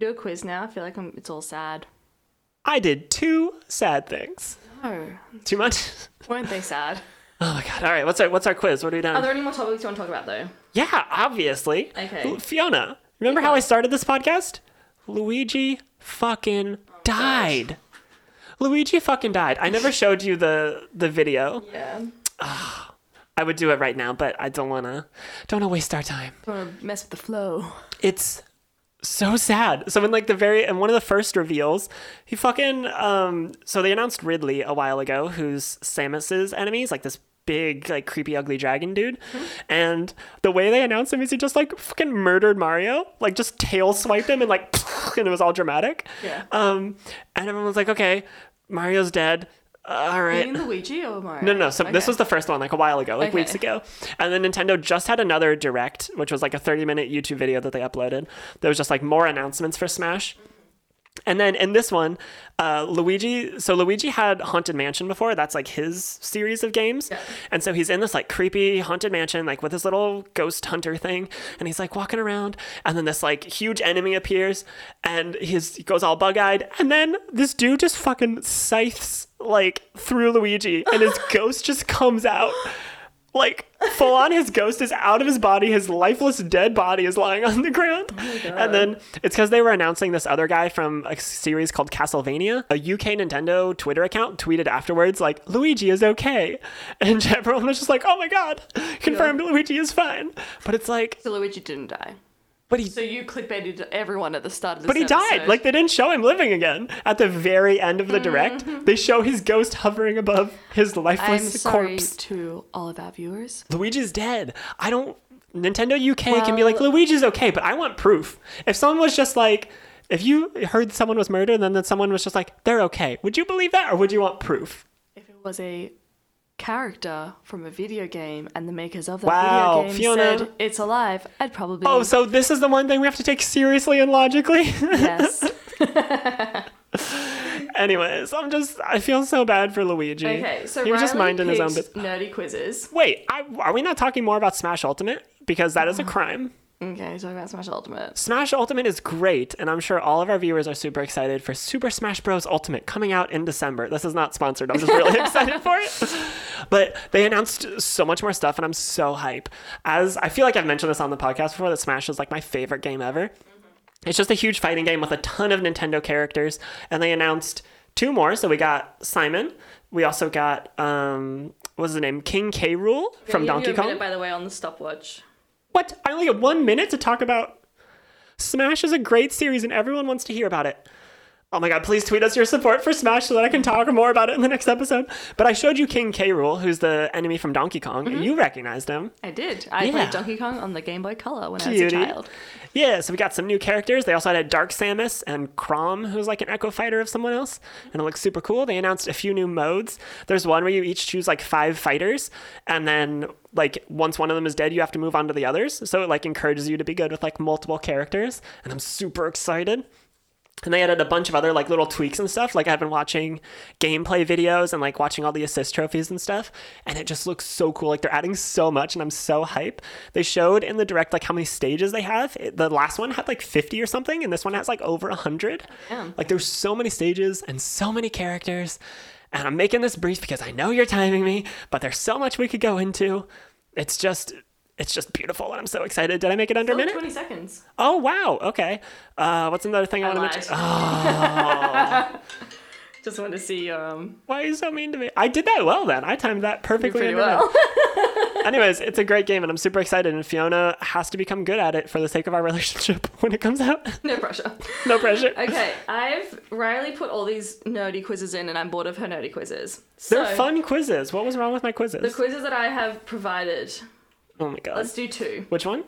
B: Do a quiz now. I feel like I'm, it's all sad.
A: I did two sad things.
B: Oh,
A: Too much?
B: weren't they sad?
A: Oh my god! All right, what's our what's our quiz? What are we doing?
B: Are there any more topics you want to talk about though?
A: yeah, obviously.
B: Okay.
A: Fiona, remember how I started this podcast? Luigi fucking died. Luigi fucking died. I never showed you the the video.
B: Yeah.
A: I would do it right now, but I don't wanna don't wanna waste our time.
B: Don't mess with the flow.
A: it's so sad. So in like the very and one of the first reveals, he fucking um so they announced Ridley a while ago, who's Samus's enemies, like this big, like creepy ugly dragon dude.
B: Mm-hmm.
A: And the way they announced him is he just like fucking murdered Mario, like just tail swiped him and like and it was all dramatic.
B: Yeah.
A: Um and everyone was like, okay, Mario's dead. Uh, all right.
B: You mean Luigi or Mario?
A: No, no, no. So this
B: Okay.
A: was the first one, like a while ago, like
B: Okay.
A: weeks ago. And then Nintendo just had another direct, which was like a 30 minute YouTube video that they uploaded. There was just like more announcements for Smash. And then in this one, uh, Luigi. So Luigi had Haunted Mansion before. That's like his series of games. And so he's in this like creepy haunted mansion, like with his little ghost hunter thing. And he's like walking around. And then this like huge enemy appears. And his, he goes all bug eyed. And then this dude just fucking scythes like through Luigi. And his ghost just comes out. Like full on, his ghost is out of his body. His lifeless, dead body is lying on the
B: Oh
A: ground. and then it's because they were announcing this other guy from a series called Castlevania. A UK Nintendo Twitter account tweeted afterwards, like, Luigi is okay. And everyone was just like, oh my god, confirmed Luigi is fine. But it's like,
B: So Luigi didn't die.
A: but he
B: So you clickbaited everyone at the start of this
A: but he died.
B: episode.
A: Like they didn't show him living again. At the very end of the direct, they show his ghost hovering above his
B: Mm-hmm. I'm
A: lifeless
B: sorry
A: corpse.
B: to all of our viewers.
A: Luigi's dead. I don't. Nintendo UK can be like
B: Well-
A: Luigi's okay, but I want proof. If someone was just like, if you heard someone was murdered and then that someone was just like they're okay, would you believe that or would you want proof?
B: If it was a character from a video game and the makers of that
A: Wow,
B: video game
A: Fiona.
B: said it's alive, I'd probably
A: Oh, so this is the one thing we have to take seriously and logically.
B: yes.
A: Anyways, I'm just I feel so bad for Luigi.
B: Okay, so
A: he was just
B: Riley
A: minding his own.
B: picked
A: Bit-
B: nerdy quizzes.
A: Wait, I, are we not talking more about Smash Ultimate? Because that
B: Uh-huh.
A: is a crime.
B: Okay, talk about Smash Ultimate.
A: Smash Ultimate is great, and I'm sure all of our viewers are super excited for Super Smash Bros. Ultimate coming out in December. This is not sponsored. I'm just really excited for it. But they announced so much more stuff, and I'm so hype. As I feel like I've mentioned this on the podcast before, that Smash is like my favorite game ever. It's just a huge fighting game with a ton of Nintendo characters, and they announced two more. So we got Simon. We also got um, what was the name King K. Rule from Donkey Kong.
B: by the way, on the stopwatch.
A: What? I only get one minute to talk about. Smash is a great series and everyone wants to hear about it. Oh my god, please tweet us your support for Smash so that I can talk more about it in the next episode. But I showed you King K. Rule, who's the enemy from Donkey Kong, and you recognized him.
B: I did. I
A: Yeah.
B: played Donkey Kong on the Game Boy Color when I was a
A: Cutie.
B: child.
A: Yeah, so we got some new characters. They also had Dark Samus and Crom, who's like an echo fighter of someone else, and it looks super cool. They announced a few new modes. There's one where you each choose like five fighters, and then like once one of them is dead, you have to move on to the others. So it like encourages you to be good with like multiple characters, and I'm super excited. And they added a bunch of other like little tweaks and stuff. Like I've been watching gameplay videos and like watching all the assist trophies and stuff, and it just looks so cool. Like they're adding so much, and I'm so hype. They showed in the direct like how many stages they have. It- The last one had like 50 or something, and this one has like over 100. Like there's so many stages and so many characters. And I'm making this brief because I know you're timing me, but there's so much we could go into. It's just it's just beautiful, and I'm so excited. Did I make it under a minute?
B: Twenty seconds.
A: Oh wow. Okay. Uh, what's another thing I, want to mention?
B: lied. Just wanted to see. Um,
A: Why are you so mean to me? I did that well then. I timed that perfectly.
B: pretty
A: in a row.
B: well.
A: Anyways, it's a great game and I'm super excited. And Fiona has to become good at it for the sake of our relationship when it comes out.
B: no pressure.
A: no pressure.
B: Okay, I've Riley put all these nerdy quizzes in, and I'm bored of her nerdy quizzes. So
A: They're fun quizzes. What was wrong with my
B: The
A: quizzes?
B: quizzes that I have provided.
A: oh my god.
B: Let's do two.
A: Which one?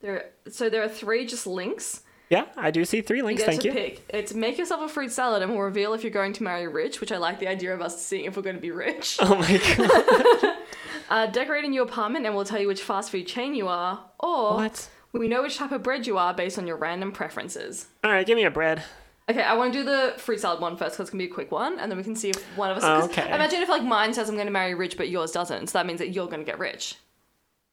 B: There, so there are three just links.
A: Yeah, I do see three links.
B: You get
A: Thank
B: to
A: you.
B: pick. It's make yourself a fruit salad, and we'll reveal if you're going to marry rich, which I like the idea of us seeing if we're going to be rich.
A: Oh my god.
B: Uh, decorating your apartment, and we'll tell you which fast food chain you are, or
A: What?
B: we know which type of bread you are based on your random preferences.
A: All right, give me a bread.
B: Okay, I want to do the fruit salad one first because it's gonna be a quick one, and then we can see if one of us. 'cause
A: Okay.
B: Imagine if like mine says I'm gonna marry rich, but yours doesn't. So that means that you're gonna get rich.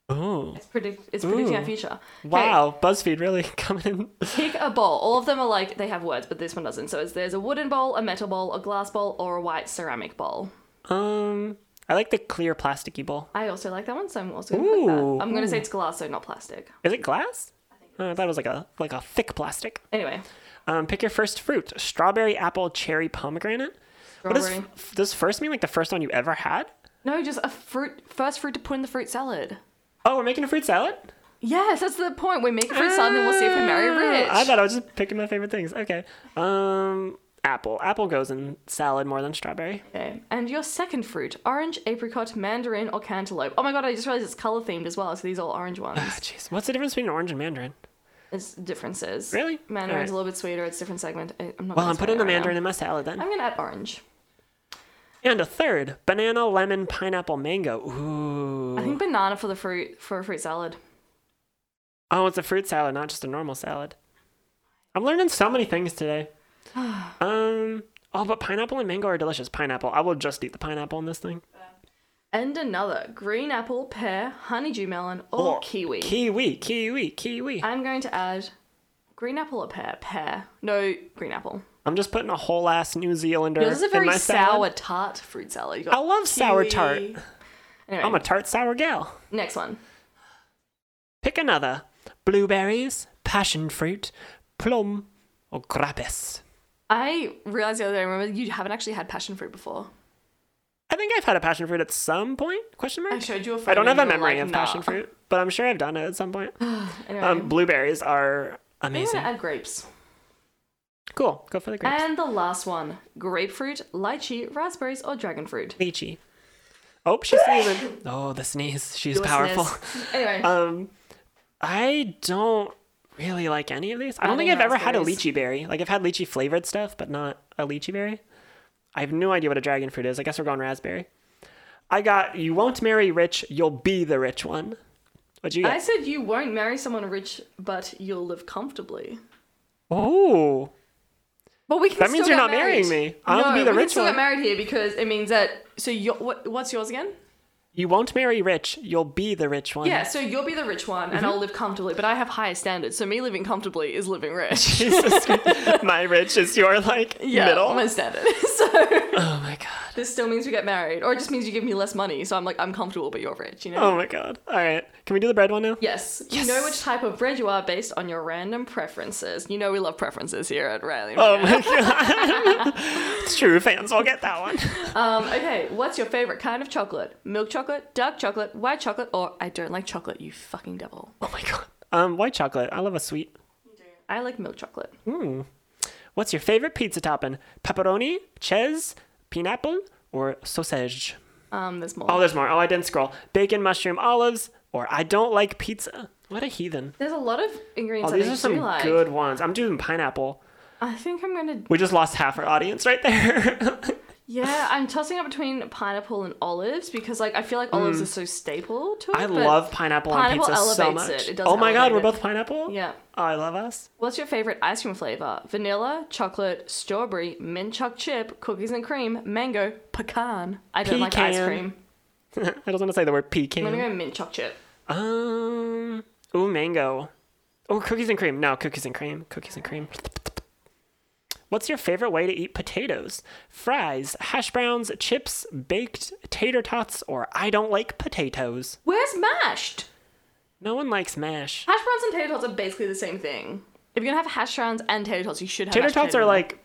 A: Oh.
B: It's predict. It's predicting our
A: Ooh.
B: future. Okay,
A: Wow, BuzzFeed really coming in.
B: Pick a bowl. All of them are like they have words, but this one doesn't. So it's, there's a wooden bowl, a metal bowl, a glass bowl, or a white ceramic bowl.
A: Um, I like the clear plasticky bowl.
B: I also like that one, so I'm also gonna click
A: Ooh.
B: that. I'm gonna say it's glass, so not plastic.
A: Is it glass? Oh, I thought it was like a like a thick plastic.
B: Anyway,
A: Um, pick your first fruit: strawberry, apple, cherry, pomegranate. What
B: Strawberry.
A: does f- does first mean? Like the first one you ever had?
B: no, just a fruit. First fruit to put in the fruit salad.
A: Oh, we're making a fruit salad.
B: Yes, that's the point. We make a fruit salad, and we'll see if we marry rich.
A: Ah, I thought I was just picking my favorite things. Okay. Um, apple. Apple goes in salad more than strawberry.
B: Okay. And your second fruit, orange, apricot, mandarin, or cantaloupe. Oh my god, I just realized it's color themed as well, so these are all orange ones.
A: Ah, Jeez, what's the difference between an orange and mandarin?
B: It's differences.
A: Really?
B: Mandarin's
A: Alright.
B: a little bit sweeter, it's a different segment. I, I'm not
A: Well,
B: gonna
A: I'm
B: explain
A: putting
B: it
A: the
B: right now.
A: mandarin in my salad then.
B: I'm gonna add orange.
A: And a third, banana, lemon, pineapple, mango. Ooh.
B: I think banana for the fruit for a fruit salad.
A: Oh, it's a fruit salad, not just a normal salad. I'm learning so many things today. um. Oh, but pineapple and mango are delicious. Pineapple. I will just eat the pineapple in this thing.
B: And another green apple, pear, honeydew melon,
A: Oh.
B: or Oh, kiwi.
A: Kiwi. Kiwi. Kiwi.
B: I'm going to add green apple or pear. Pear. No green apple.
A: I'm just putting a whole ass New Zealander
B: Yours is a
A: in
B: very
A: my
B: sour
A: salad.
B: tart fruit salad. You
A: I
B: got
A: love sour
B: kiwi.
A: tart.
B: Anyway,
A: I'm a tart sour gal.
B: next one.
A: Pick another: blueberries, passion fruit, plum, or grapes.
B: I realized the other day. I remember you haven't actually had passion fruit before.
A: I think I've had a passion fruit at some point. Question mark.
B: I showed you a photo.
A: I don't have
B: and
A: a
B: you were
A: memory
B: like,
A: of
B: "Nah."
A: passion fruit, but I'm sure I've done it at some point.
B: Anyway,
A: Um, blueberries are
B: I'm
A: amazing.
B: gonna add grapes.
A: Cool. Go for the grapes.
B: And the last one: grapefruit, lychee, raspberries, or dragon fruit.
A: Lychee. Oh, she's sneezing. Oh, the sneeze. She's
B: Do a
A: powerful.
B: sniff. Anyway,
A: Um, I don't really like any of these. I don't
B: Adding
A: think I've ever had a
B: raspberries.
A: lychee berry. Like I've had lychee flavored stuff, but not a lychee berry. I have no idea what a dragon fruit is. I guess we're going raspberry. I got you won't marry rich, you'll be the rich one. What'd you
B: I
A: get?
B: said you won't marry someone rich, but you'll live comfortably.
A: Oh.
B: But we can.
A: That means
B: still
A: you're not
B: get
A: marrying
B: married.
A: me. I'll
B: no,
A: be the
B: we can
A: rich
B: still
A: one.
B: get married here because it means that. So you, what, what's yours again?
A: You won't marry rich, you'll be the rich one.
B: Yeah. So you'll be the rich one, and
A: Mm-hmm.
B: I'll live comfortably. But I have higher standards. So me living comfortably is living rich.
A: Jesus. my rich is your like
B: yeah,
A: middle.
B: my standard. So.
A: Oh my god.
B: this still means we get married, or it just means you give me less money. So I'm like, I'm comfortable, but you're rich, you know?
A: Oh my god. All right. Can we do the bread one now?
B: Yes. You know which type of bread you are based on your random preferences. You know we love preferences here at Riley.
A: Oh my god. it's true, fans will get that one.
B: Um, okay, what's your favorite kind of chocolate? Milk chocolate, dark chocolate, white chocolate, or I don't like chocolate, you fucking devil.
A: Oh my god. Um, white chocolate. I love a sweet.
B: I like milk chocolate.
A: What's your favorite pizza topping? Pepperoni, cheese, pineapple, or sausage?
B: Um, there's more.
A: Oh, there's more. Oh, I didn't scroll. Bacon, mushroom, olives, or I don't like pizza. What a heathen.
B: There's a lot of ingredients
A: Oh,
B: I
A: these
B: think
A: are some
B: you do like.
A: good ones. I'm doing pineapple.
B: I think I'm gonna
A: We just lost half our audience right there.
B: Yeah, I'm tossing up between pineapple and olives because like I feel like olives are so staple to it.
A: Mm. I
B: but-
A: love pineapple,
B: pineapple
A: on pizza so
B: elevates
A: much.
B: it. It does
A: oh my god,
B: elevate
A: we're
B: it.
A: both pineapple?
B: Yeah.
A: Oh, I love us.
B: What's your favorite ice cream flavor? Vanilla, chocolate, strawberry, mint choc chip, cookies and cream, mango, pecan. I don't like ice
A: Pecan.
B: cream.
A: I just want to say the word pecan.
B: I'm gonna go mint choc chip.
A: Um. Ooh, mango. Oh, cookies and cream. No, cookies and cream. Cookies and cream. What's your favorite way to eat potatoes? Fries, hash browns, chips, baked, tater tots, or I don't like potatoes.
B: Where's mashed?
A: No one likes mash.
B: Hash browns and tater tots are basically the same thing. If you're gonna have hash browns and tater tots, you should have
A: Tater
B: mashed
A: tots are
B: potato.
A: like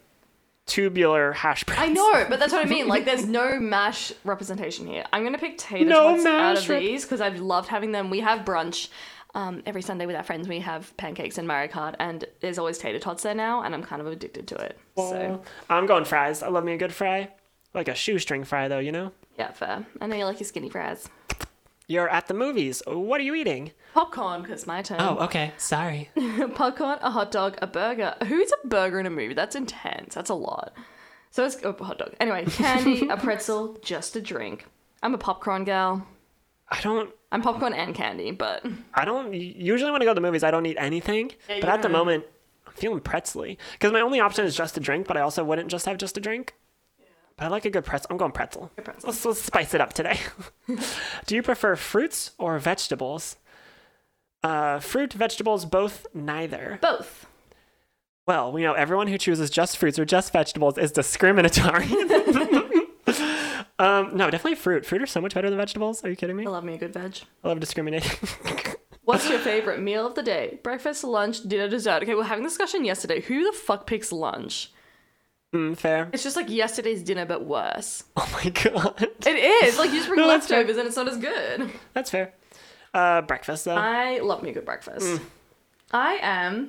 A: tubular hash browns.
B: I know, but that's what I mean. Like, there's no mash representation here. I'm gonna pick tater
A: No
B: tots out
A: mash
B: of
A: rep-
B: these because I've loved having them. We have brunch um, every Sunday with our friends. We have pancakes and Mario Kart, and there's always tater tots there now, and I'm kind of addicted to it. So
A: I'm going fries. I love me a good fry. Like a shoestring fry, though, you know?
B: yeah, fair. I know you like your skinny fries.
A: You're at the movies. What are you eating?
B: Popcorn, because my turn.
A: okay. Sorry.
B: popcorn, a hot dog, a burger. Who's a burger in a movie? That's intense. That's a lot. So it's oh, hot dog. Anyway, candy, a pretzel, just a drink. I'm a popcorn gal.
A: I don't.
B: I'm popcorn and candy, but
A: I don't usually when I go to the movies. I don't eat anything,
B: you
A: but at the
B: don't.
A: moment, I'm feeling pretzely because my only option is just a drink. But I also wouldn't just have just a drink. But I like a good pretzel. I'm going pretzel.
B: pretzel.
A: Let's let's spice it up today. Do you prefer fruits or vegetables? Uh, fruit, vegetables, both, neither.
B: both.
A: Well, we know everyone who chooses just fruits or just vegetables is discriminatory. um, no, definitely fruit. Fruit are so much better than vegetables. Are you kidding me?
B: I love me a good veg.
A: I love discriminating.
B: What's your favorite meal of the day? Breakfast, lunch, dinner, dessert. Okay, we we're having this discussion yesterday. Who the fuck picks lunch?
A: mm, fair.
B: It's just like yesterday's dinner, but worse.
A: Oh my god.
B: It is. Like you just bring
A: No, that's fair. Oh.
B: leftovers and it's not as good.
A: That's fair. Uh, breakfast though.
B: I love me a good breakfast. I am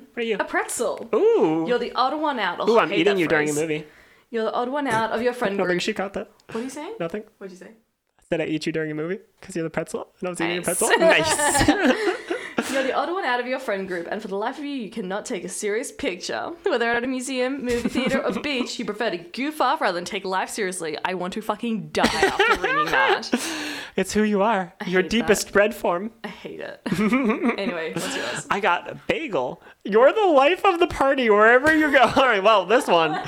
A: Mm. What are you?
B: a pretzel.
A: Ooh.
B: You're the odd one out. Oh,
A: Ooh,
B: I
A: I'm
B: hate
A: eating
B: that
A: you during a
B: phrase.
A: movie.
B: You're the odd one out of your friend
A: Nothing.
B: group.
A: She caught that.
B: What are you saying?
A: Nothing.
B: What'd you say?
A: Said I eat you during a movie because you're the pretzel and I was eating a
B: Nice.
A: pretzel. Nice.
B: You're the odd one out of your friend group, and for the life of you, you cannot take a serious picture. Whether at a museum, movie theater, or beach, you prefer to goof off rather than take life seriously. I want to fucking die after reading that.
A: it's who you are. Your
B: hate
A: deepest bread form.
B: I hate it. anyway, what's yours?
A: I got a bagel. You're the life of the party wherever you go. All right. Well, this one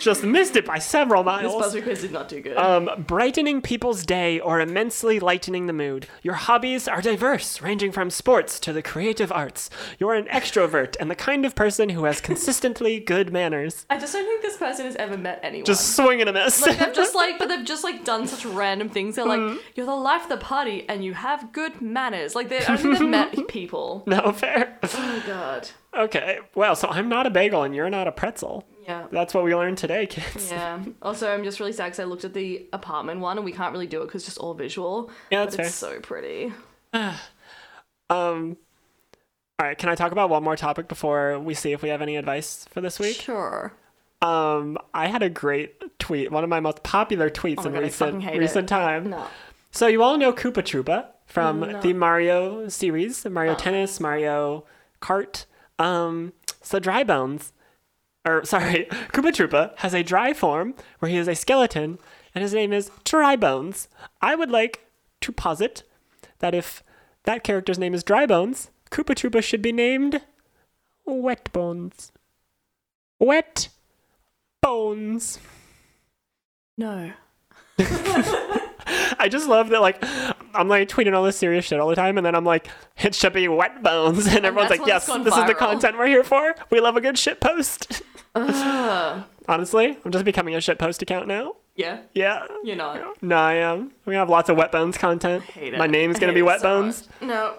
A: just missed it by several
B: This
A: miles.
B: buzzer quiz did not do good.
A: Um, brightening people's day or immensely lightening the mood. Your hobbies are diverse, ranging from sports to the creative arts. You're an extrovert and the kind of person who has consistently good manners.
B: I just don't think this person has ever met anyone.
A: Just swing and a miss.
B: like they've just like, but they've just like done such random things. They're
A: Mm-hmm.
B: like, you're the life of the party, and you have good manners. Like they, I don't think they've met people.
A: no fair.
B: Oh god.
A: Okay. Well, so I'm not a bagel and you're not a pretzel.
B: Yeah.
A: That's what we learned today, kids.
B: Yeah. Also, I'm just really sad because I looked at the apartment one and we can't really do it because just all visual.
A: Yeah, that's
B: but it's so pretty.
A: Um. All right. Can I talk about one more topic before we see if we have any advice for this week?
B: Sure.
A: Um, I had a great tweet, one of my most popular tweets
B: Oh my
A: in
B: God, I fucking
A: recent
B: hate it.
A: recent time.
B: No.
A: So you all know Koopa Troopa from the Mario series, the Mario Tennis, Mario Kart. Um, so Dry Bones, or sorry, Koopa Troopa has a dry form where he is a skeleton, and his name is Dry Bones. I would like to posit that if that character's name is Dry Bones, Koopa Troopa should be named Wet Bones. Wet Bones.
B: No.
A: I just love that, like, I'm like tweeting all this serious shit all the time, and then I'm like, it should be wet bones, and everyone's like,
B: that's when
A: yes,
B: it's gone
A: this is the
B: viral.
A: content we're here for. We love a good shit post.
B: Ugh.
A: Honestly, I'm just becoming a shit post account now.
B: yeah.
A: Yeah.
B: You're not.
A: No, I am. We have lots of wet bones content.
B: Hate it.
A: My name's
B: I
A: gonna
B: hate
A: be
B: it
A: wet
B: so
A: bones.
B: much. No.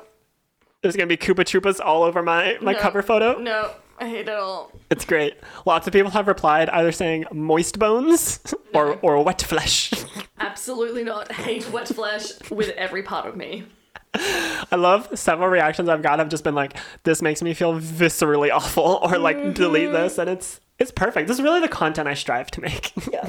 A: There's gonna be Koopa Troopas all over my my
B: No.
A: cover photo.
B: No. I hate it all.
A: It's great. Lots of people have replied either saying moist bones or or wet flesh.
B: Absolutely not. Hate wet flesh with every part of me.
A: I love several reactions I've got have just been like, this makes me feel viscerally awful, or like delete this, and it's it's perfect. This is really the content I strive to make. Yeah.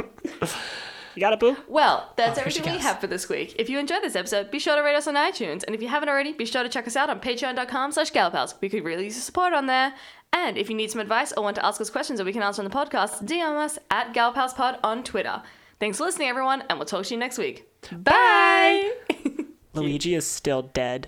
A: you got it, boo?
B: Well, that's
A: Oh, here she
B: everything we
A: goes.
B: have for this week. If you enjoyed this episode, be sure to rate us on iTunes. And if you haven't already, be sure to check us out on patreon.com slash galapals. We could really use your support on there. And if you need some advice or want to ask us questions that we can answer on the podcast, DM us at galapalspod on Twitter. Thanks for listening, everyone, and we'll talk to you next week. Bye!
A: Luigi is still dead.